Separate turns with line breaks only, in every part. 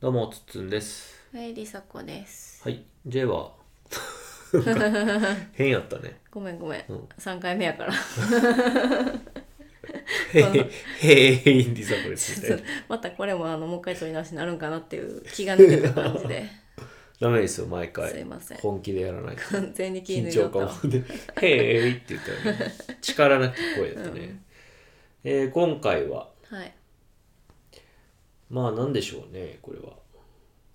どうも、つっつんです。
はい、りさこです。
はい、J は、変やったね。
ごめんごめん
うん。
三、回目やから。
へへへインディサコですみたいな。
またこれもあのもう一回取り直しになるんかなっていう気が抜けた感じで。
ダメですよ、毎回。
すいません
本気でやらないと。
完全に気
緊
抜いちゃ
張
ったわ。
感もで、へーいって言ったらね、力なき声だったね。えー今回は、
はい。
まあ何でしょうね、これは。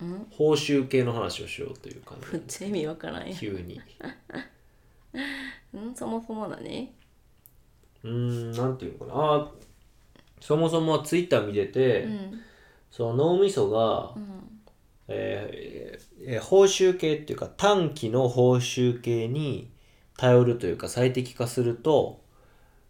うん。
報酬系の話をしようという感
めっちゃ意味わからんや
じ。急に。
ん。んそもそも何？
うーん、なんていうのかな。あーそもそもツイッター見てて、
うん。
その脳みそが、
うん。
えーえー報酬系っていうか短期の報酬系に頼るというか最適化すると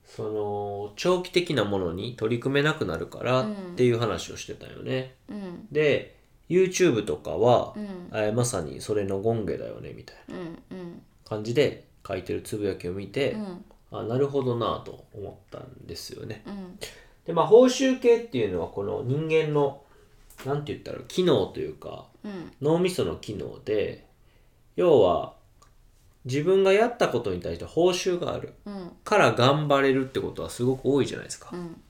その長期的なものに取り組めなくなるから
うん
っていう話をしてたよね。
うん。
で YouTube とかは
う、ん。
えーまさにそれの権下だよねみたいな
うん。うん。
感じで書いてるつぶやきを見て、
うん。
あなるほどなぁと思ったんですよね。
うん。
でまあ報酬系っていうのはこの人間の何て言ったら機能というか
うん。
脳みその機能で要は自分がやったことに対して報酬がある
うん。
から頑張れるってことはすごく多いじゃないですか
うん。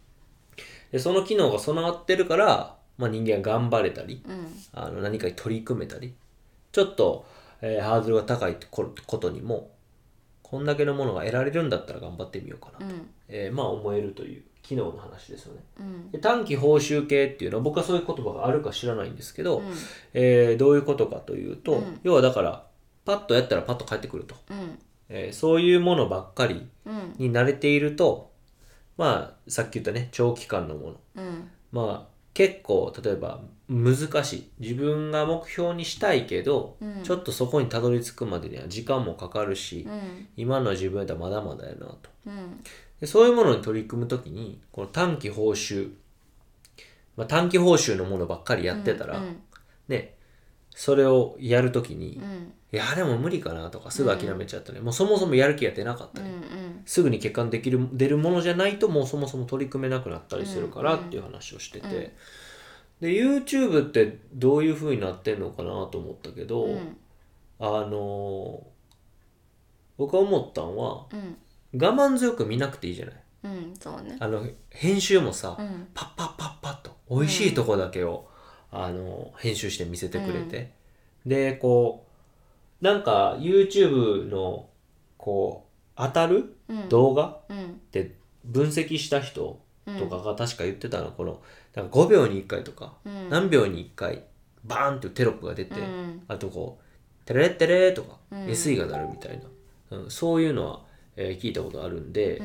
でその機能が備わってるから、まあ、人間は頑張れたり
うん。
あの何かに取り組めたりちょっと、えーハードルが高いこことにもこんだけのものが得られるんだったら頑張ってみようかな、
うん。
えーまあ思えるという機能の話ですよね
うん。
で短期報酬系っていうのは僕はそういう言葉があるか知らないんですけど、
うん。
えーどういうことかというと、
うん
要はだからパッとやったらパッと返ってくると、
うん。
えーそういうものばっかり
うん。
に慣れているとまあさっき言ったね長期間のもの
うん。
まあ結構例えば難しい自分が目標にしたいけど、
うん
ちょっとそこにたどり着くまでには時間もかかるし、
うん。
今の自分やったらまだまだやなと
うん。
でそういうものに取り組むときにこの短期報酬、まあ、短期報酬のものばっかりやってたら、
うん。
ねそれをやるときに、
うん。
いやでも無理かなとかすぐ諦めちゃったね、もうそもそもやる気が出なかった
う
ね、
ん。
すぐに結果にできる出るものじゃないともうそもそも取り組めなくなったりするからっていう話をしてて、
うんうん
で YouTube ってどういう風になってんのかなと思ったけど、
うん。
あのー僕が思ったんは
うん。
我慢強く見なくていいじゃない
うん。そうね。
あの編集もさ、
うん。
パッパッパッパッと美味しいとこだけを、あの編集して見せてくれて、でこうなんか YouTube のこう当たる
うん。
動画
うん。
って分析した人
うん。
とかが確か言ってたの、このなんか5秒に1回とか、
うん。
何秒に1回バーンってテロップが出て、
うん。
あとこう「テレッテレ」とか、
うん
SE が鳴るみたいな、うん、そういうのは、えー聞いたことあるんで、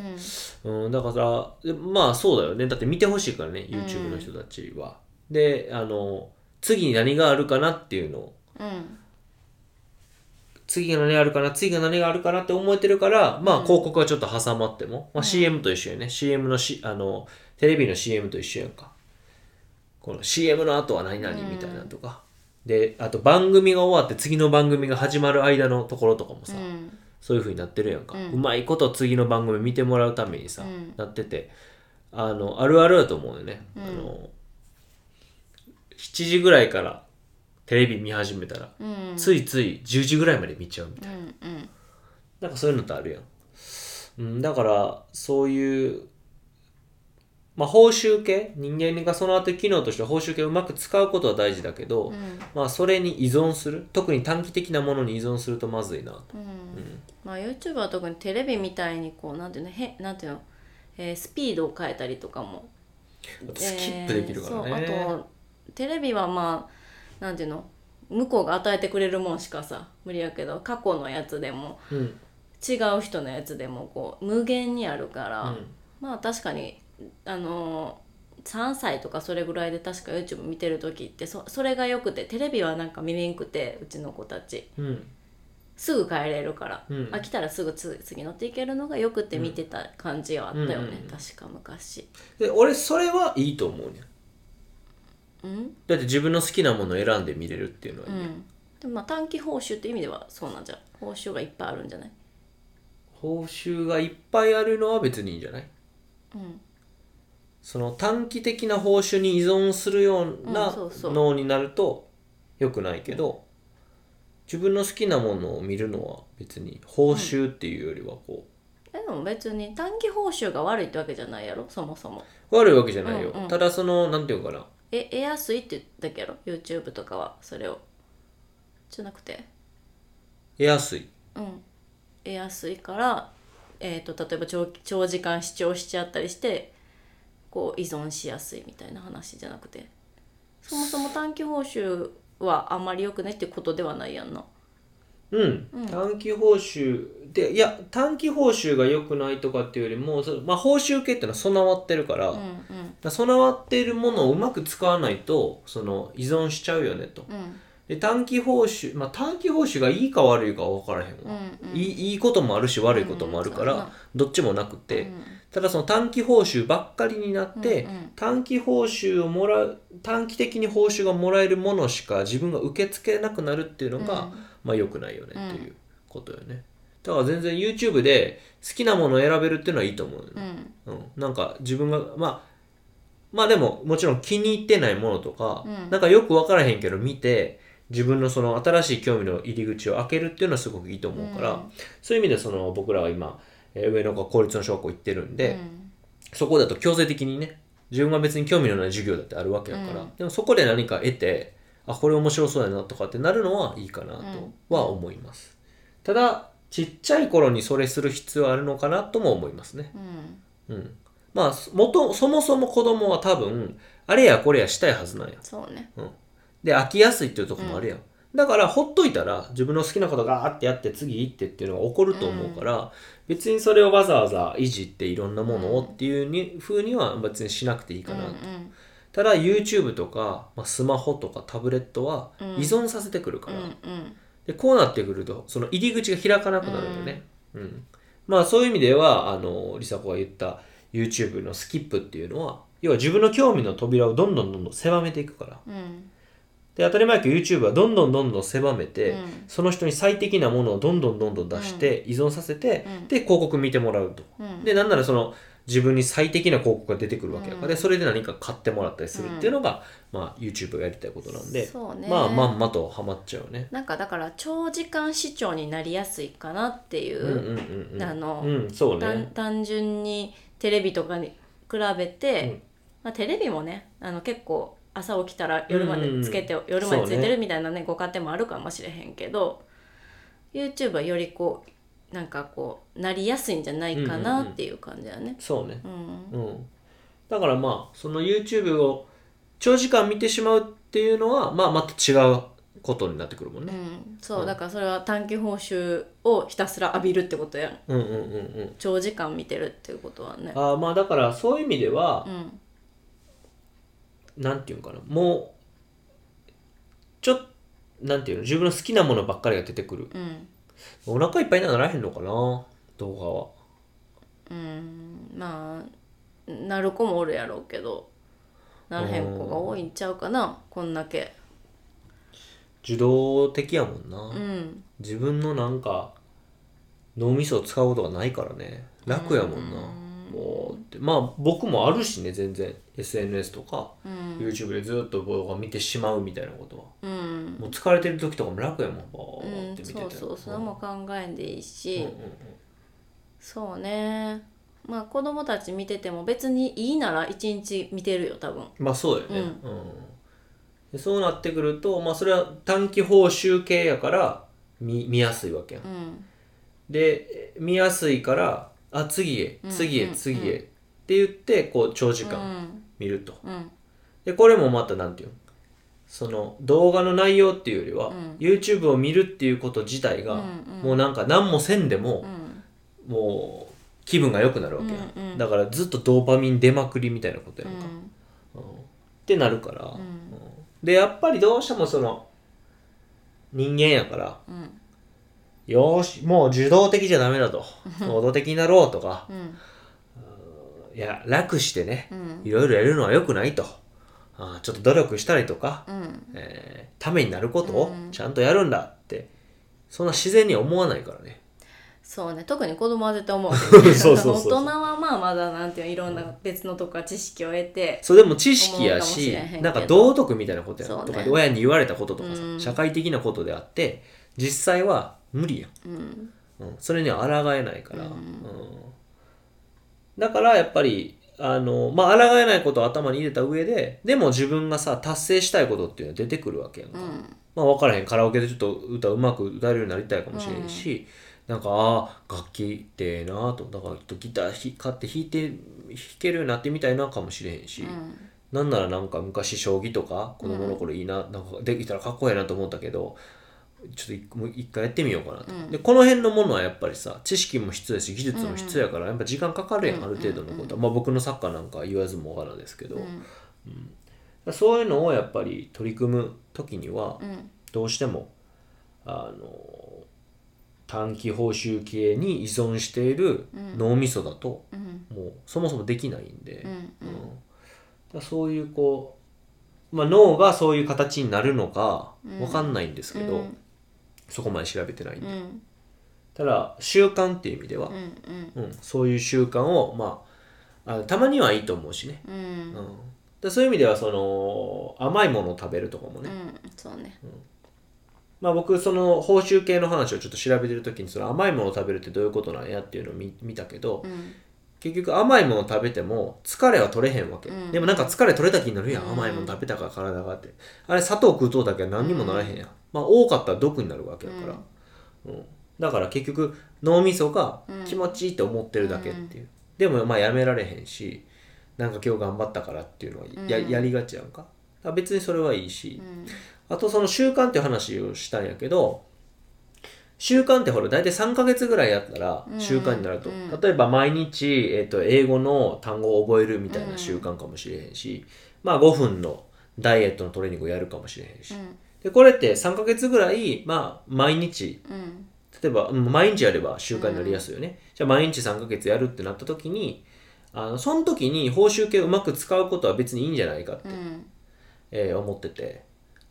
うん。
うん、だから、でまあそうだよね。だって見てほしいからね、
ん
YouTube の人たちは。で、あの、次に何があるかなっていうのを、
うん。
次が何があるかな、次が何があるかなって思えてるから、まあ広告はちょっと挟まっても、まあ CM と一緒やね。CM の、しあの、テレビの CM と一緒やんか。この CM の後は何々みたいなのとか。で、あと番組が終わって次の番組が始まる間のところとかもさ、
うん。
そういう風になってるやんか、う
うん
まいこと次の番組見てもらうためにさ、
うん
なっててあのあるあるだと思うよね、
うん
あの7時ぐらいからテレビ見始めたら、
うん。
ついつい10時ぐらいまで見ちゃうみたいな
うんうん
なんかそういうのってあるやん、うん、だからそういうまあ報酬系人間がその後機能として報酬系をうまく使うことは大事だけど、
うん
まあそれに依存する特に短期的なものに依存するとまずいなと
うんまあ YouTube は特にテレビみたいにこうなんていうのへなんていうの、えースピードを変えたりとかも
あとスキップできるからね、
えーそうあとテレビはまあなんていうの向こうが与えてくれるもんしかさ無理やけど過去のやつでも
うん
違う人のやつでもこう無限にあるから、
う
まあ確かにあのー3歳とかそれぐらいで確か YouTube 見てる時ってそそれがよくてテレビはなんか見れんくてうちの子たち
んうん
すぐ帰れるから、
うん
飽きたらすぐつ次乗っていけるのがよくって見てた感じはあったよね、
うん
確か昔
で俺それはいいと思うねん
うん
だって自分の好きなものを選んで見れるっていうのは
う
いい、
んでもまあ短期報酬って意味ではそうなんじゃん報酬がいっぱいあるんじゃない
報酬がいっぱいあるのは別にいいんじゃない
うん
その短期的な報酬に依存するよう
うん
な
そうそう
脳になると良くないけど、自分の好きなものを見るのは別に報酬っていうよりはこ
えでも別に短期報酬が悪いってわけじゃないやろそもそも
う悪いわけじゃないよ、
うんうん
ただそのなんていうのかな
え得やすいって言ったけど YouTube とかはそれをじゃなくて
得やすい
うん得やすいから、えー、と例えば長長時間視聴しちゃったりしてこう依存しやすいみたいな話じゃなくてそもそも短期報酬はあんまり良くないっていうことではないやんな
うん、短期報酬でいや短期報酬が良くないとかっていうよりもそのまあ、報酬系ってのは備わってるから,、
うん
備わっているものをうまく使わないとその依存しちゃうよねと
うんうん
で短期報酬、まあ、短期報酬がいいか悪いかは分からへん
う
わ、
んうん
いいいいこともあるし悪いこともあるから、
うんそうやな
どっちもなくて、
うん
ただその短期報酬ばっかりになって、
うんうん
短期報酬をもらう短期的に報酬がもらえるものしか自分が受け付けなくなるっていうのが、
うん
まあ良くないよねっていうことよね、だから全然 YouTube で好きなものを選べるっていうのはいいと思うよね、
うん
うん、なんか自分がまあまあでももちろん気に入ってないものとか、
うん
なんかよく分からへんけど見て自分のその新しい興味の入り口を開けるっていうのはすごくいいと思うから、
うん
そういう意味でその僕らは今えー上の子は公立の小学校行ってるんで、
うん
そこだと強制的にね自分が別に興味のない授業だってあるわけだから、
うん
でもそこで何か得てあこれ面白そうやなとかってなるのはいいかなとは思います、ただちっちゃい頃にそれする必要あるのかなとも思いますね
うん
うんまあそ元そもそも子供は多分あれやこれやしたいはずなんや
そうね
で飽きやすいっていうところもあるやん、だからほっといたら自分の好きなことガーってやって次行ってっていうのが起こると思うから、別にそれをわざわざいじっていろんなものをっていうに風には別にしなくていいか
うんう
な、
ん
ただ YouTube とか、まあ、スマホとかタブレットは
うん
依存させてくるから、
うんうん
でこうなってくるとその入り口が開かなくなるよね、うんまあそういう意味ではあの梨紗子が言った YouTube のスキップっていうのは要は自分の興味の扉をどんどんどんどん狭めていくから
うん
で当たり前やけど YouTube はどんどんどんどん狭めて、
うん
その人に最適なものをどんどんどんどん出して依存させて、
うん
で広告見てもらうと、
うん
でなんならその自分に最適な広告が出てくるわけだから、
うん
それで何か買ってもらったりするっていうのが、まあ、YouTube がやりたいことなんで、
そうね
まあまんまとハマっちゃうね。
なんかだから長時間視聴になりやすいかなってい
うんうん
う、
うんうん、
あの
うん、そう
単
ね
単純にテレビとかに比べて、
うん
まあ、テレビもねあの結構朝起きたら夜ま
うんうんう
で
ん
つけて、夜までつい
そ
て
うね
るみたいなねご家庭もあるかもしれへんけど YouTube はよりこうなんかこうなりやすいんじゃないかなっていう感じだね。
そうね
うん
うん、だからまあその YouTube を長時間見てしまうっていうのは、まあ、また違うことになってくるもんね
う。ん、そう、だからそれは短期報酬をひたすら浴びるってことやん
うんうんうんうん、
長時間見てるっていうことはね
あーまあだからそういう意味では
う、ん
なんていうんかなもうちょっなんていうの自分の好きなものばっかりが出てくる
うん
お腹いっぱいにはならへんのかな動画は
うんまあなる子もおるやろうけどならへん子が多いんちゃうかなこんだけ
受動的やもんな、
うん
自分のなんか脳みそを使うことがないからね楽やもんな、もうってまあ僕もあるしね全然 SNS とか、
うん
YouTube でずっと動画見てしまうみたいなことは
うん、
もう疲れてる時とかも楽やもんバ
う
ーっ
ん
て見てて、
そうそうそれも考えんでいいし、
うんうんうん
そうねまあ子供たち見てても別にいいなら一日見てるよ多分
まあそうだよね、うんでそうなってくると、まあ、それは短期報酬系やから見見やすいわけやん
うん
でえ見やすいからあ次へ
うん
次
う
へ
ん
次へ、って言ってこう長時
う
間
ん
見ると、
うん
でこれもまたなんていうのその動画の内容っていうよりは、
うん
YouTube を見るっていうこと自体が、
うんうん
もうなんか何もせんでも
う、ん
もう気分が良くなるわけや、
うんうん
だからずっとドーパミン出まくりみたいなこと
う
やんか、
ん
ってなるから、
ん
でやっぱりどうしてもその人間やから
うん
よーしもう受動的じゃダメだと能動的になろうとか
うん
いや楽してね
うん
いろいろやるのは良くないとあーちょっと努力したりとか、
うん
えーためになることをちゃんとやるんだってそんな自然には思わないからね
そうね特に子供は絶対思うけど
そうそうそうそう
大人はまあまだなんていうのいろんな別のとこから知識を得て、
それでも知識やし
思うかもしれへんけど
なんか道徳みたいなことやん
そうね
とかで親に言われたこととかさ、
うん
社会的なことであって実際は無理やん、
うん、
うん、それには抗えないから、
うん
うんだからやっぱりあのまあ抗えないことを頭に入れた上ででも自分がさ達成したいことっていうのは出てくるわけやんか、
うん、
まあ分からへんカラオケでちょっと歌うまく歌えるようになりたいかもしれんし、なんかああ楽器ってええなとだからちょっとギターひ買って弾いて弾けるようになってみたいなかもしれへんし、
うん
なんならなんか昔将棋とか子供の頃いいな,、なんかできたらかっこええなと思ったけどちょっと一もう一回やってみようかなと、
うん
でこの辺のものはやっぱりさ知識も必要やし技術も必要やから、やっぱ時間かかるやん、
うん
ある程度のことは、まあ、僕のサッカーなんか言わずもがなですけど、
うん
そういうのをやっぱり取り組む時には
うん
どうしてもあの短期報酬系に依存している脳みそだと、
うん
もうそもそもできないんで。
うん
うん、だからそういうこう、まあ、脳がそういう形になるのか
うん
わかんないんですけど、
うん
そこまで調べてないん
う
で、
ん
ただ習慣っていう意味では
う、ん
うんそういう習慣を、まあ、あのたまにはいいと思うしね、
う
うんん、だからそういう意味ではその甘いものを食べるとかも
う
ね、
んそうね
まあ、僕その報酬系の話をちょっと調べてる時にその甘いものを食べるってどういうことなんやっていうのを見見たけど、
うん
結局甘いもの食べても疲れは取れへんわけ、
うん
でもなんか疲れ取れた気になるやん、
うん
甘いもの食べたから体がってあれ砂糖食うとうだけは何にもならへんやん、まあ多かったら毒になるわけやから、うんだから結局脳みそが
うん
気持ちいいって思ってるだけっていう、でもまあやめられへんしなんか今日頑張ったからっていうのはや,、
うん
やりがちやんかだから別にそれはいいし、
うん
あとその習慣っていう話をしたんやけど習慣ってほら大体3ヶ月ぐらいやったら
うん
習慣になると、
うん
例えば毎日、えっと英語の単語を覚えるみたいな習慣かもしれへんし、まあ5分のダイエットのトレーニングをやるかもしれへんし、
うん
でこれって3ヶ月ぐらい、まあ、毎日
うん
例えばうん毎日やれば習慣になりやすいよね、じゃあ毎日3ヶ月やるってなった時にあのその時に報酬系をうまく使うことは別にいいんじゃないかって
うん
えー思ってて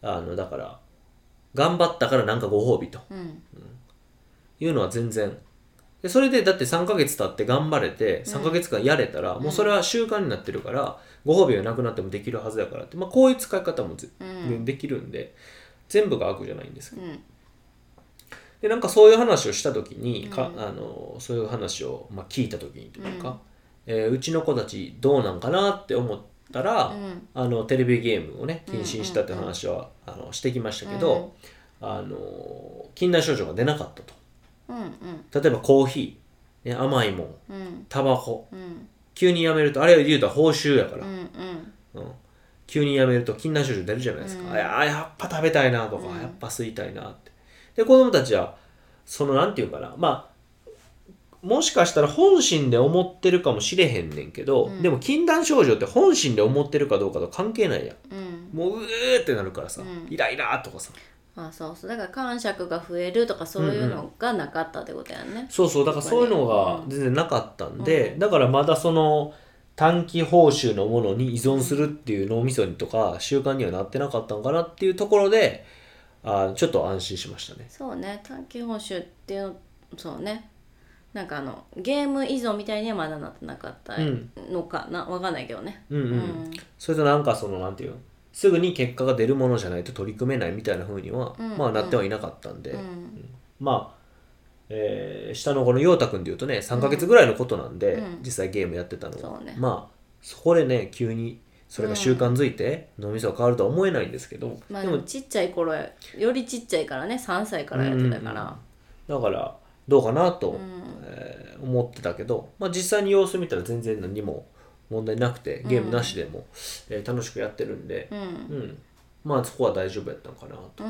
あのだから頑張ったからなんかご褒美と
うん
いうのは全然でそれでだって3ヶ月経って頑張れて3ヶ月間やれたら、もうそれは習慣になってるからご褒美がなくなってもできるはずだからって、まあ、こういう使い方もぜ
うん
できるんで全部が悪じゃないんですけど
うん
でなんかそういう話をした時にか、あのそういう話を、まあ、聞いた時にというか、うえーうちの子たちどうなんかなって思ったら、
うん
あのテレビゲームをね禁止にしたって話は、あのしてきましたけど、あの禁断症状が出なかった
うん
と例えばコーヒー、ね、甘いもん
うん
タバコ
うん
急にやめるとあれは言うたら報酬やから
う、ん
う
うん
ん急にやめると禁断症状出るじゃないですか、あややっぱ食べたいなとか、やっぱ吸いたいなってで子供たちはそのなんていうかなまあもしかしたら本心で思ってるかもしれへんねんけど、でも禁断症状って本心で思ってるかどうかと関係ないやん
うん
もううーってなるからさ、
うん
イライラーとかさ
あそうそうだから感触が増えるとかそういうのがなかったってことやね
そうそうだからそういうのが全然なかったんで、だからまだその短期報酬のものに依存するっていう脳みそにとか習慣にはなってなかったんかなっていうところであーちょっと安心しましたね
そうね短期報酬っていうのそうねなんかあのゲーム依存みたいにはまだなってなかった
うん
のかなわかんないけどね
うんうん、
うん
それとなんかそのなんていうのすぐに結果が出るものじゃないと取り組めないみたいな風には、
うん
まあなってはいなかったんで、
うん
まあえー下の子の陽太くんでいうとね3ヶ月ぐらいのことなんで、
うん
実際ゲームやってたのは、
そうね
まあそこでね急にそれが習慣づいて脳みそが変わるとは思えないんですけど、
まあ
で
で
も
もちっちゃい頃やよりちっちゃいからね3歳からやってたから
だからどうかなと、
うん
えー思ってたけど、まあ、実際に様子見たら全然何も問題なくてゲームなしでも、えー楽しくやってるんで
う、ん
うんまあそこは大丈夫やったのかなと。
う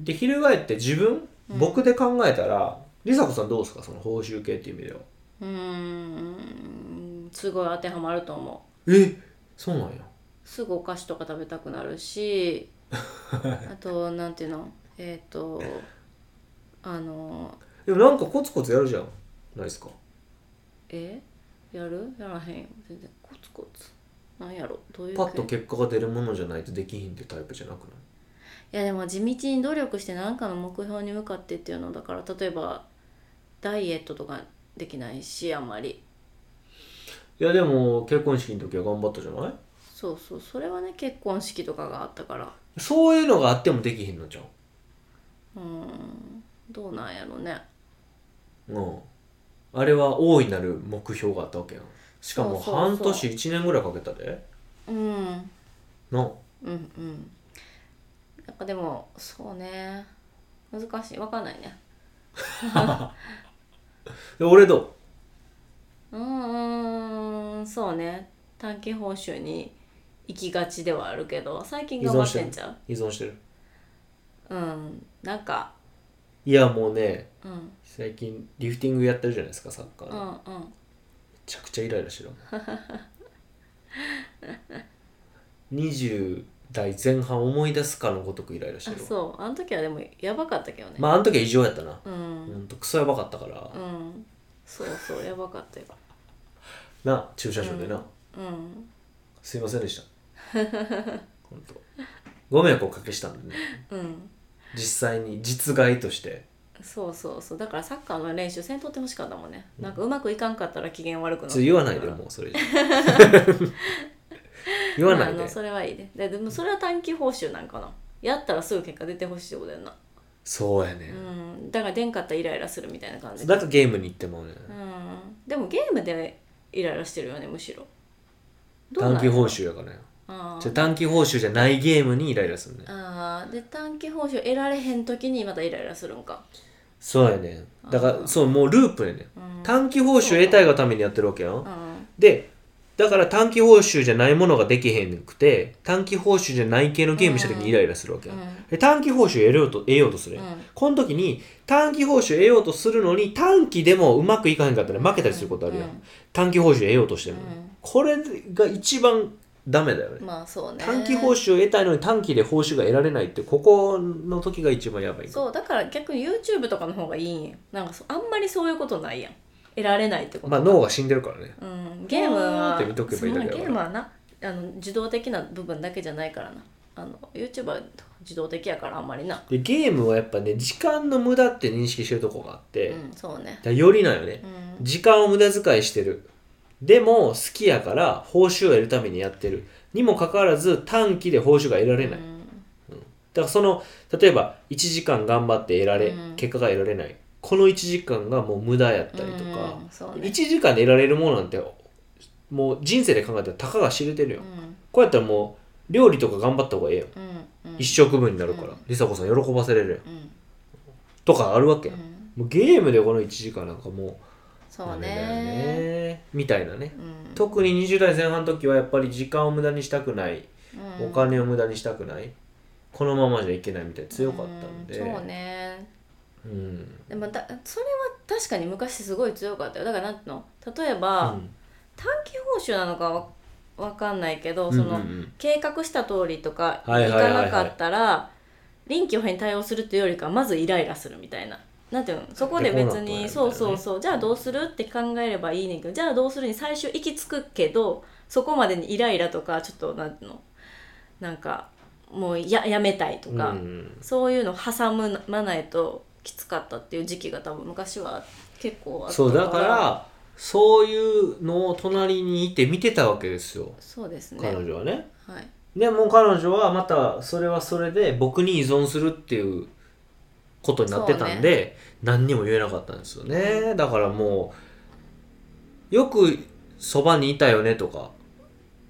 ん
で翻って自分、僕で考えたら梨紗子さんどうですかその報酬系っていう意味では。
うんすごい当てはまると思
えそうなんや。
うすぐお菓子とか食べたくな るしあとなんていうのえっ、とあの
でもなんかコツコツやるじゃんないですか
えやるやらへんよ全然コツコツなんやろどういう
パッと
系
結果が出るものじゃないとできひんってタイプじゃなくない
いやでも地道に努力して何かの目標に向かってっていうのだから例えばダイエットとかできないしあんまり
いやでも結婚式の時は頑張ったじゃない
そうそうそれはね結婚式とかがあったから
そういうのがあってもできひんのじゃん
うーんどうなんやろね
うんあれは大いなる目標があったわけやんしかも
そうそうそう
半年1年ぐらいかけたで
うん
なあ
うんうんなんかでもそうね難しいわかんないね
で俺どう
うーんそうね短期報酬に行きがちではあるけど最近頑張ってんじゃう
依存してる
うんなんか
いやもうね
うんうん
最近リフティングやってるじゃないですかサッカー
う
のめ
ん
ちゃくちゃイライラしてる もん20代前半思い出すかのごとくイライラして
あ
るわ
そうあの時はでもやばかったけどね、
まああの時は異常やったな
うん
ほんとクソやばかったから
うんそうそうやばかったよ
な駐車場でな、
うん
すいませんでした 本当ご迷惑をおかけしたんでね
うん
実際に実害として
そうそうそうだからサッカーの練習せんとってほしかったもんね、なんかうまくいかんかったら機嫌悪くなる
それ言わないでもう それ以上言わない
ま
で
ああのそれはいいでででもそれは短期報酬なんかなやったらすぐ結果出てほしいってことやんな
そうやね
う、んだから出んかったらイライラするみたいな感じ
だからゲームに行ってもね、
うんでもゲームでイライラしてるよねむしろどうなん
短期報酬やからよ
あ
じゃ
ー
あ短期報酬じゃないゲームにイライラするね
あーで短期報酬得られへん時にまたイライラするんか
そうやねだからそうもうループやね、短期報酬得たいがためにやってるわけよ、
うん
でだから短期報酬じゃないものができへんくて短期報酬じゃない系のゲームした時にイライラするわけや、
うん
で短期報酬得ようと得ようとするやん、
うん
この時に短期報酬得ようとするのに短期でもうまくいかへんかったら負けたりすることあるやん、
うん
短期報酬得ようとしても、
うん
これが一番ダメだよね、
まあそうね
短期報酬を得たいのに短期で報酬が得られないってここの時が一番やばい
そうだから逆に YouTube とかの方がいいんやなんかそあんまりそういうことないやん得られないってこと、
まあ脳が死んでるからね
うん、ゲームは
って見とけばいいだけだから
そんなゲームはなあの自動的な部分だけじゃないからなあの YouTube は自動的やからあんまりな
でゲームはやっぱね時間の無駄って認識してるとこがあって、
う
だか
んそうね
らよりなんよね、
うん
時間を無駄遣いしてるでも好きやから報酬を得るためにやってるにもかかわらず短期で報酬が得られない、
うん
だからその例えば1時間頑張って得られ、
うん
結果が得られないこの1時間がもう無駄やったりとか、
うんそう
1
ね
時間で得られるものなんてもう人生で考えたらたかが知れてるよ、
うん
こうやったらもう料理とか頑張った方がええよ、
うんうん
一食分になるから、梨紗子さん喜ばせれるよ
うん
とかあるわけ
う
よ、
ん
もうゲームでこの1時間なんかもう
そう
ダメだよ
ね
ねみたいなね
うん
特に20代前半の時はやっぱり時間を無駄にしたくない、
うん
お金を無駄にしたくないこのままじゃいけないみたいな強かったんで、
うんそうね
うん
でもだそれは確かに昔すごい強かったよだからなんていうの例えば、
うん
短期報酬なのかわわかんないけど
うん
そ
うん
の、
うん
計画した通りとかい
はいはいはいはい
かなかったら臨機応変に対応するというよりかはまずイライラするみたいな。なんていうのそこで別に、
でこうなったんやみたいな
そう
ね
そうそうじゃあどうするって考えればいいねんけどじゃあどうするに最終行き着くけどそこまでにイライラとかちょっとなんていうのなんかもうややめたいとか、
うん
そういうの挟まないときつかったっていう時期が多分昔は結構あった
そうだからそういうのを隣にいて見てたわけですよ
そうですね
彼女はね
はい
でも彼女はまたそれはそれで僕に依存するっていうことになってたんで、何にも言えなかったんですよねだからもうよくそばにいたよねとか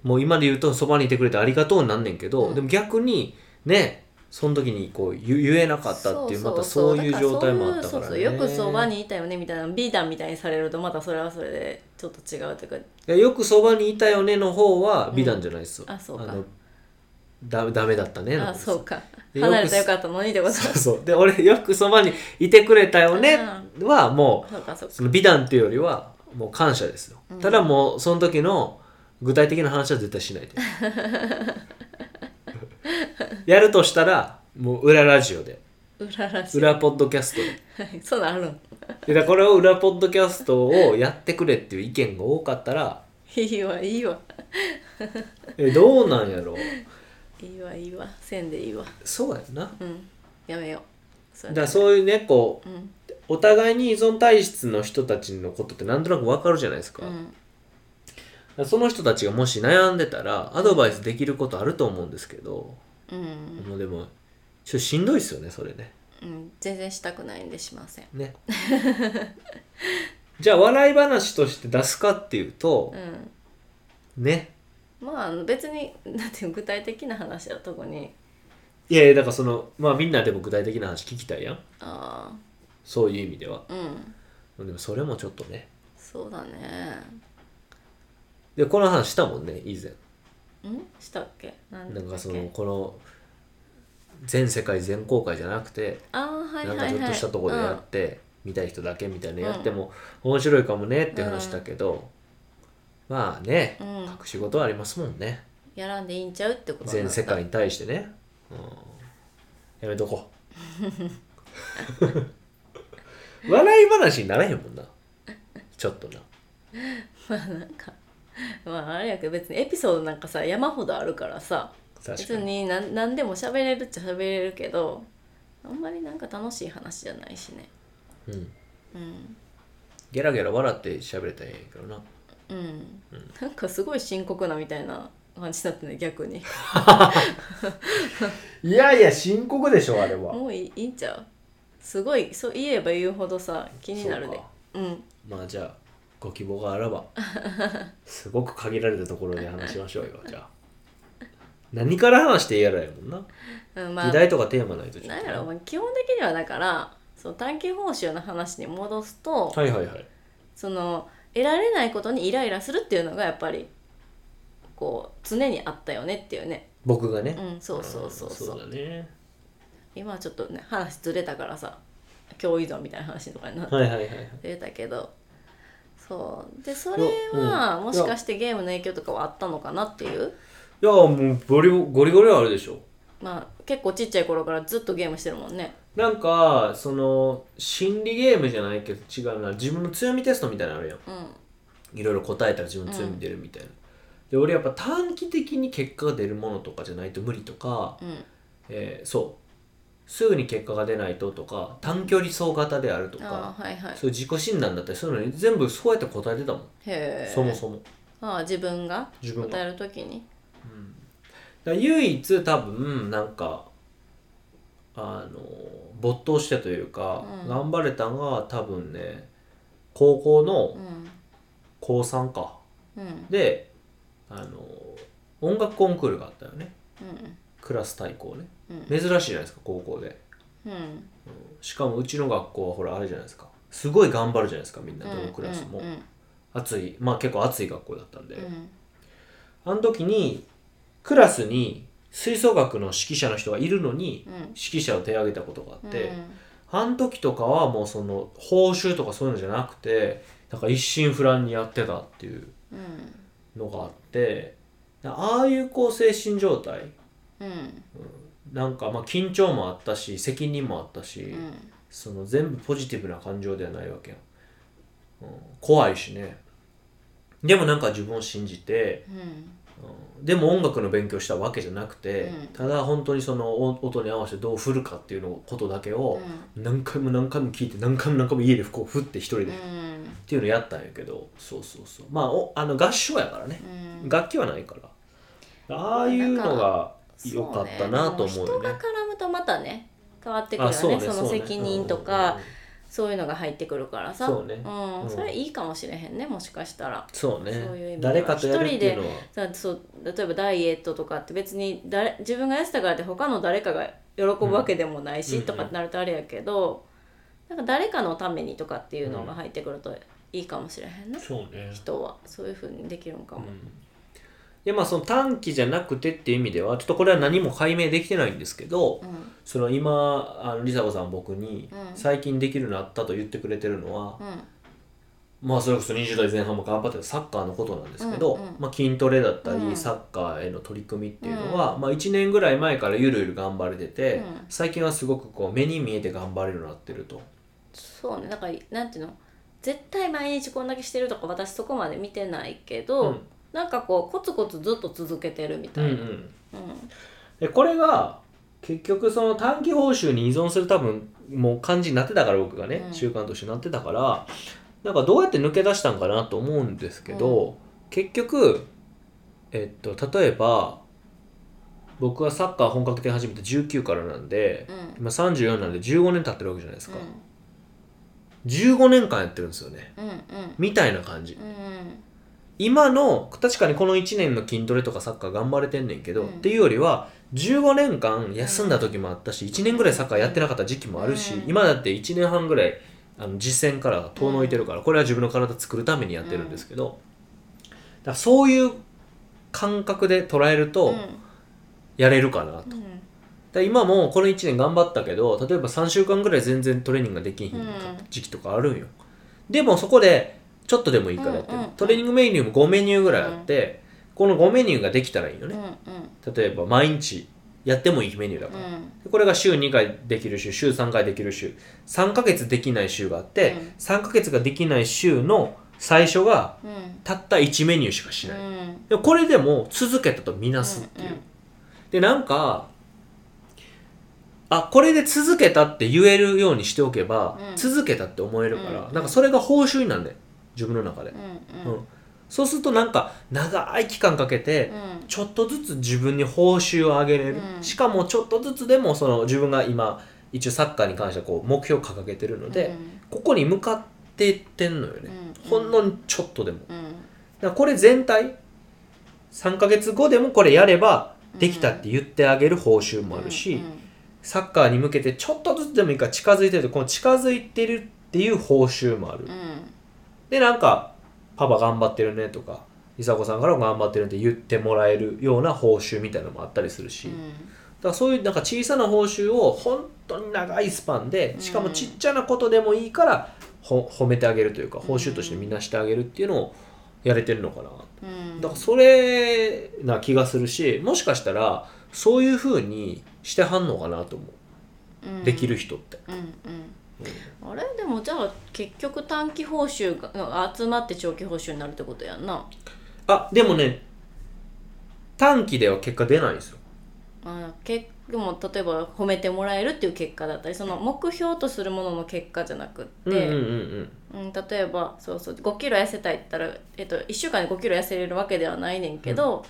もう今で言うとそばにいてくれてありがとうになんねんけど、
うん
でも逆にねその時にこう言言えなかったっていうまたそういう状態もあったから
そうそうそうだからそう
ね
いうそうそうよくそばにいたよねみたいな美談みたいにされるとまたそれはそれでちょっと違うというか
いやよくそばにいたよねの方は美談じゃないですよ、
うんあそうか
のだダメだったねの方
あ
です
そうか
でよく
離れたらよかったのにってこと
そう そう。で、俺、よくそばにいてくれたよねは、も
そうかそう
う、
か
その美談っていうよりは、もう感謝ですよ
う。ん
ただもう、その時の具体的な話は絶対しないで。 やるとしたら、もう裏ラジオで、
裏らしい
裏ポッドキャスト
はいそうなるん
で。でだからこれを裏ポッドキャストをやってくれっていう意見が多かったら、
いいわいいわ
え、どうなんやろう。
いいわいいわせんでいいわ
そうやんな。
うんやめようそ
だ
う
か
だ
らそういうね、こう、
うん
お互いに依存体質の人たちのことってなんとなくわかるじゃないですか,、
うん
その人たちがもし悩んでたらアドバイスできることあると思うんですけど、
うん
もうでもちょっとしんどいっすよねそれね
うん、全然したくないんでしません
ね じゃあ笑い話として出すかっていうと
う、ん
ね
まああの別になんていうの具体的な話だとこに
いやいやだからそのまあみんなでも具体的な話聞きたいやん
あ
そういう意味では
あうん
でもそれもちょっとね
そうだね
でこの話したもんね以前
うんしたっけなん
な
だっけ
んかそのこの全世界全公開じゃなくて
ああはい
な
は
ん
い
かち
はい
ょっとしたとこでや
う
っ
ん
て、見たい人だけみたいなのやっても面白いかもねって話だけど、まあね、
うん
隠し事はありますもんね
やらんでいいんちゃうってことなんだ
全世界に対してね、うん、やめとこ う笑い話にならへんもんなちょっとな
まああれやけど別にエピソードなんかさ山ほどあるからさ
確か
別
に
に何何でも喋れるっちゃ喋れるけどあんまりなんか楽しい話じゃないしね
うん、
うん
ゲラゲラ笑って喋れたらええけどな
うん、なんかすごい深刻なみたいな感じだったね逆に
いやいや深刻でしょあれは
もういいいいんちゃうすごいそう言えば言うほどさ気になる
そ
ね
うか
うん
まあじゃあご希望があらばすごく限られたところで話しましょうよ じゃあ何から話していいやらやもんな、
うんまあ
議題とかテーマないとちょっと
なんやろまあ基本的にはだからその短期報酬の話に戻すと、
はいはいはい
その得られないことにイライラするっていうのがやっぱりこう常にあったよねっていうね
僕がね、
うんそうそうそうそう
そうだね
今はちょっとね話ずれたからさ共依存みたいな話とかになって
はいはいはいはい
出たけどそうでそれは、
うん
もしかしてゲームの影響とかはあったのかなっていう
いやもうゴリゴリゴリはあれでしょ
まあ結構ちっちゃい頃からずっとゲームしてるもんね
なんかその心理ゲームじゃないけど違うな自分の強みテストみたいなのあるやん
うん
いろいろ答えたら自分の強み出るみたいな、で俺やっぱ短期的に結果が出るものとかじゃないと無理とか、
うん
えーそうすぐに結果が出ないととか短距離走型であると
あ
か、
あはいはい
そういう自己診断だったりそういうのに全部そうやって答えてたもん、
へえ
そもそも
ああ自分が
自分が
答える時に
だから唯一多分なんかあの没頭してというか、
うん
頑張れたんが多分ね高校
う
の
ん
高3か
うん
であの音楽コンクールがあったよね
うん
クラス対抗ね
う
珍
ん
しいじゃないですか高校で
うん
しかもうちの学校はほらあれじゃないですかすごい頑張るじゃないですかみんなどのクラスも、
うんうん
暑いまあ結構暑い学校だったんで、
うん
あの時にクラスに吹奏楽の指揮者の人がいるのに
うん
指揮者を手挙げたことがあって、
うん
あの時とかはもうその報酬とかそういうのじゃなくてなんか一心不乱にやってたっていう
うん
のがあってああいうこう精神状態
うん
なんかまあ緊張もあったし責任もあったし、
うん
その全部ポジティブな感情ではないわけやん、うん、怖いしねでもなんか自分を信じて、
うん
うん、でも音楽の勉強したわけじゃなくて、
うん
ただ本当にその音音に合わせてどう振るかっていうのことだけを何回も何回も聞いて何回も何回も家でこう振って一人で、
う
っ
ん
ていうのやったんやけどそうそうそうまあおあの合唱やからね、
うん
楽器はないからああいうのが良かったなと
そ
思う
ね
よね
人が絡むとまたね変わってくるよ
あ
ねその責任と
う
か、
んうんうん
そういうのが入ってくるからさ
そうね
ん
うん
それいいかもしれへんねもしかしたら
そうね
そういう意味では
誰かとやるっていうのは
だってそう例えばダイエットとかって別に誰自分が痩せたからって他の誰かが喜ぶわけでもないし、
うん
とかってなるとあれやけど、なんか誰かのためにとかっていうのが入ってくるといいかもしれへんな、
そうね
人はそういうふうにできるんかも、
でまあその短期じゃなくてっていう意味ではちょっとこれは何も解明できてないんですけど
うん
その今あの梨紗子さん僕に
うん
最近できるようになったと言ってくれてるのは、
うん
まあそれこそ20代前半も頑張ってたサッカーのことなんですけど、
うんうん
まあ、筋トレだったり、
うん
サッカーへの取り組みっていうのは、まあ、1年ぐらい前からゆるゆる頑張れてて、
うん
最近はすごくこう目に見えて頑張れるようになってると。
そうねなんかなんていうの絶対毎日こんだけしてるとか私そこまで見てないけ
う
ど、
ん
なんかこうコツコツずっと続けてるみ
う
た
ん
いうな、
ん
うん
でこれが結局その短期報酬に依存する多分もう感じになってたから僕がね、
うん
習慣としてなってたからなんかどうやって抜け出したんかなと思うんですけど、結局、えっと、例えば僕はサッカー本格的に始めて19からなんで
うんうん
今34なんで15年経ってるわけじゃないですか、15年間やってるんですよね
うんうん
みたいな感じ
うん
今の確かにこの1年の筋トレとかサッカー頑張れてんねんけど、
うん
っていうよりは15年間休んだ時もあったし1年ぐらいサッカーやってなかった時期もあるし、
うん
今だって1年半ぐらいあの実践から遠のいてるから、これは自分の体作るためにやってるんですけど、だからそういう感覚で捉える
う
と
ん
やれるかなと、だか
うん
ら今もこの1年頑張ったけど例えば3週間ぐらい全然トレーニングができひんかった時期とかあるんよ、でもそこでちょっとでもいいからやってる、
うんうんうん
トレーニングメニューも5メニューぐらいあって、この5メニューができたらいいよ
うんう
ね、
ん
例えば毎日やってもいいメニューだか
う
ら、
ん
でこれが週2回できる週週3回できる週3ヶ月できない週があって、
うん
3ヶ月ができない週の最初が
うん
たった1メニューしかし
う
ない、
ん
でもこれでも続けたとみなすっていう、
うんうん
でなんかあこれで続けたって言えるようにしておけば、
うん
続けたって思えるから、
うん
なんかそれが報酬になるね自分の中で、
うん
うんそうするとなんか長い期間かけて、
うん
ちょっとずつ自分に報酬を上げれる、
うん
しかもちょっとずつでもその自分が今一応サッカーに関してはこう目標を掲げてるので、ここに向かっていってんのよね、
うん
ほんのちょっとでも
うんうん
だからこれ全体3ヶ月後でもこれやればできたって言ってあげる報酬もあるし、
うん
サッカーに向けてちょっとずつでもいいから近づいてるとこの近づいてるっていう報酬もある、
うん
でなんか「パパ頑張ってるね」とか「いさこさんからも頑張ってるね」って言ってもらえるような報酬みたいなのもあったりするし、
う
だ
ん
からそういうなんか小さな報酬を本当に長いスパンでしかもちっちゃなことでもいいからほ褒めてあげるというか報酬としてみんなしてあげるっていうのをやれてるのかな
うん
だからそれな気がするしもしかしたらそういう風にしてはんのかなと思う
うん
できる人って、
うんうんあれでもじゃあ結局短期報酬がが集まって長期報酬になるってことやんな
あでもね短期では結果出ないんですよ
あけでも例えば褒めてもらえるっていう結果だったりその目標とするものの結果じゃなくって、
うんうんうん
うん、例えばそうそう5キロ痩せたいって言ったら、えっと、1週間で5キロ痩せれるわけではないねんけど、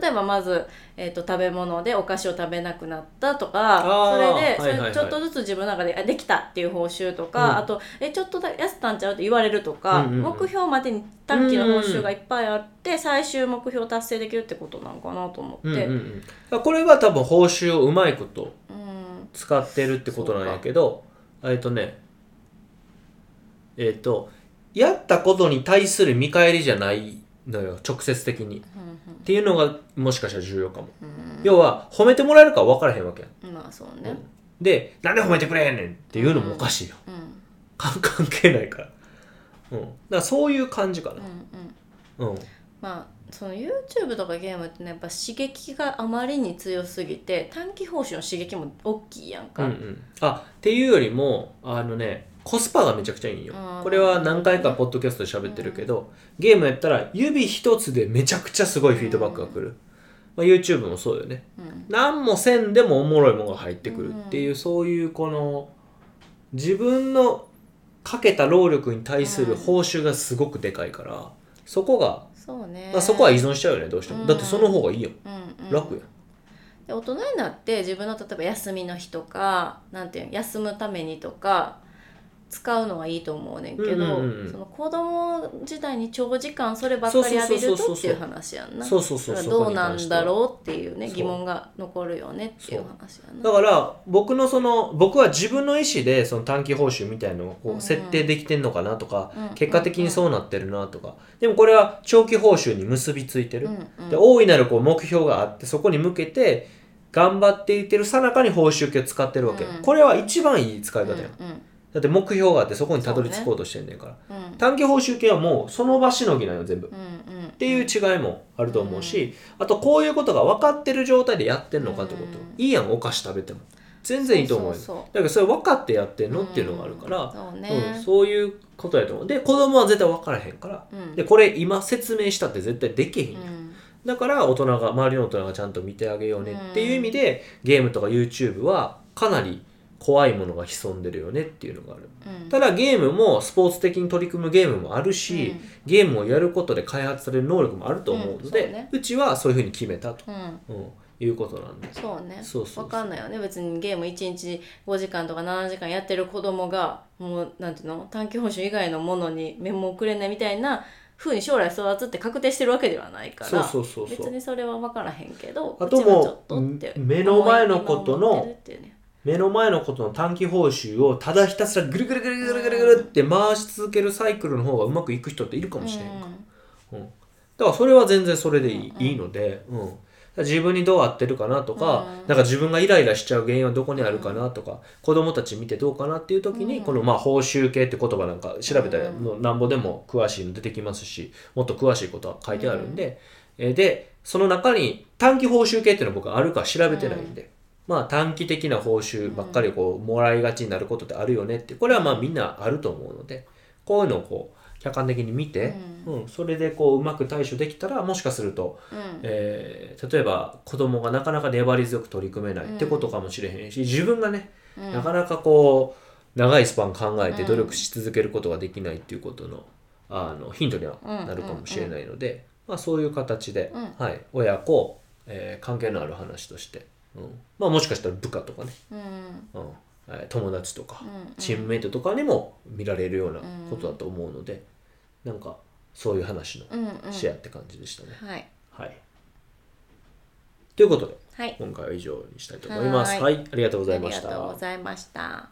例えばまず、えっと、食べ物でお菓子を食べなくなったとか
あ
そ
ー
れでそ
はいはいは
れ
い
ちょっとずつ自分の中であできたっていう報酬とか、
うん
あとえちょっとだ痩せたんちゃうって言われると
う
か、
んうんうん
目標までに短期の報酬がいっぱいあって、最終目標達成できるってことなのかなと思って。
うんうんうんだからこれは多分報酬をうまいこと
うん
使ってるってことなんやけどえっとねえっ、とやったことに対する見返りじゃないのよ直接的にっていうのがもしかしたら重要かも、要は褒めてもらえるかは分からへんわけやん
まあそうね。
で「なんで褒めてくれへんねん」っていうのもおかしいよ、
うんうん
かん 関係ないからうんだからそういう感じか
う
な、
ん
うん
まあその YouTube とかゲームってねやっぱ刺激があまりに強すぎて短期報酬の刺激も大きいやん
う
か。
んうん、あっていうよりもあのねコスパがめちゃくちゃいいんよ
あー
これは何回かポッドキャストで喋ってるけど、ゲームやったら指一つでめちゃくちゃすごいフィードバックがくる、まあ、YouTube もそうよね
うん
何もせんでもおもろいものが入ってくるっていう、そういうこの自分のかけた労力に対する報酬がすごくでかいからそこが、
そうね。
まあ、そこは依存しちゃうよねどうしても、
うん
だってその方がいいよ
うんうん
楽やん
で大人になって自分の例えば休みの日とかなんていうの休むためにとか使うのはいいと思うねんけど、
うんうんうんうん
その子供時代に長時間そればっかり浴び
そうそう
ると
そうそう
っていう話やんな。
そうそうそう
だから
そ
ど
こ
う
に
な
関し
ん
ては
だろうっていうね
そう
疑問が残るよねっていう話やな。
だから僕のその僕は自分の意思でその短期報酬みたいのを
うん
こ
う
うん設定できてんのかなとか、
うんうんうん
結果的にそうなってるなとかでもこれは長期報酬に結びついてる、
うんうん
で大いなるこう目標があってそこに向けて頑張っていってるさなかに報酬系を使ってるわけ、
うん
これは一番いい使い方やん、
うんうん
だって目標があってそこにたどり着こうとしてんねんから、
うん
短期報酬系はもうその場しのぎなんよ全部っ
うんうん、って
いう違いもあると思うし、あとこういうことが分かってる状態でやってんのかってこと、
う
いいやんお菓子食べても全然いいと思うよ
そうそうそう
だけどそれ分かってやってんのっていうのがあるから、
うんそうね、
うんそういうことやと思うで子供は絶対分からへんから、
うん
でこれ今説明したって絶対できへんやん
うん
だから大人が周りの大人がちゃんと見てあげようねっていう意味で、ゲームとか YouTube はかなり怖いものが潜んでるよねっていうのがある
うん
ただゲームもスポーツ的に取り組むゲームもあるし、
うん
ゲームをやることで開発される能力もあると思うので、
うん
う
そうね
ちはそういうふうに決めたと、
うん
うんいうことなんです
そうね
そうそうそう
わかんないよね別にゲーム1日5時間とか7時間やってる子供がもうなんていうの短期報酬以外のものに目もくれないみたいな風に将来育つって確定してるわけではないから
そうそうそうそう
別にそれは分からへんけど
あとも
うちはちょっとって
うん目の前のことの
思い今思ってるっていうね
目の前のことの短期報酬をただひたすらぐるぐるぐるぐるぐるぐるって回し続けるサイクルの方がうまくいく人っているかもしれんか、うんだからそれは全然それでいい,、いいので、うん、だから自分にどう合ってるかなとか、
う
なん
ん
か自分がイライラしちゃう原因はどこにあるかなとか、子供たち見てどうかなっていう時に、
うん
このまあ報酬系って言葉なんか調べたら
うん
もうなんぼでも詳しいの出てきますしもっと詳しいことは書いてあるんで、えーでその中に短期報酬系っていうのは僕はあるか調べてないんで。まあ短期的な報酬ばっかりこうもらいがちになることってあるよねってこれはまあみんなあると思うのでこういうのをこう客観的に見て、
う
うん、それでこううまく対処できたらもしかすると、
うん
えー例えば子供がなかなか粘り強く取り組めないってことかもしれへんし自分がね、
うん
なかなかこう長いスパン考えて
うん
努力し続けることができないっていうことのあのヒントにはなるかもしれないので、まあ、そういう形で、
うん
はい、親子、えー関係のある話として、うんまあ、もしかしたら部下とかね、
うん
うんえー友達とか
う。ん
チームメイトとかにも見られるようなことだと思うので、なんかそういう話の
うんうん
シェアって感じでしたね。
はい
はい。ということで、
はい
今回は以上にしたいと思います。
は
は
ーい
い、ありがとうございまし
ありがとう
た
ご。ざいました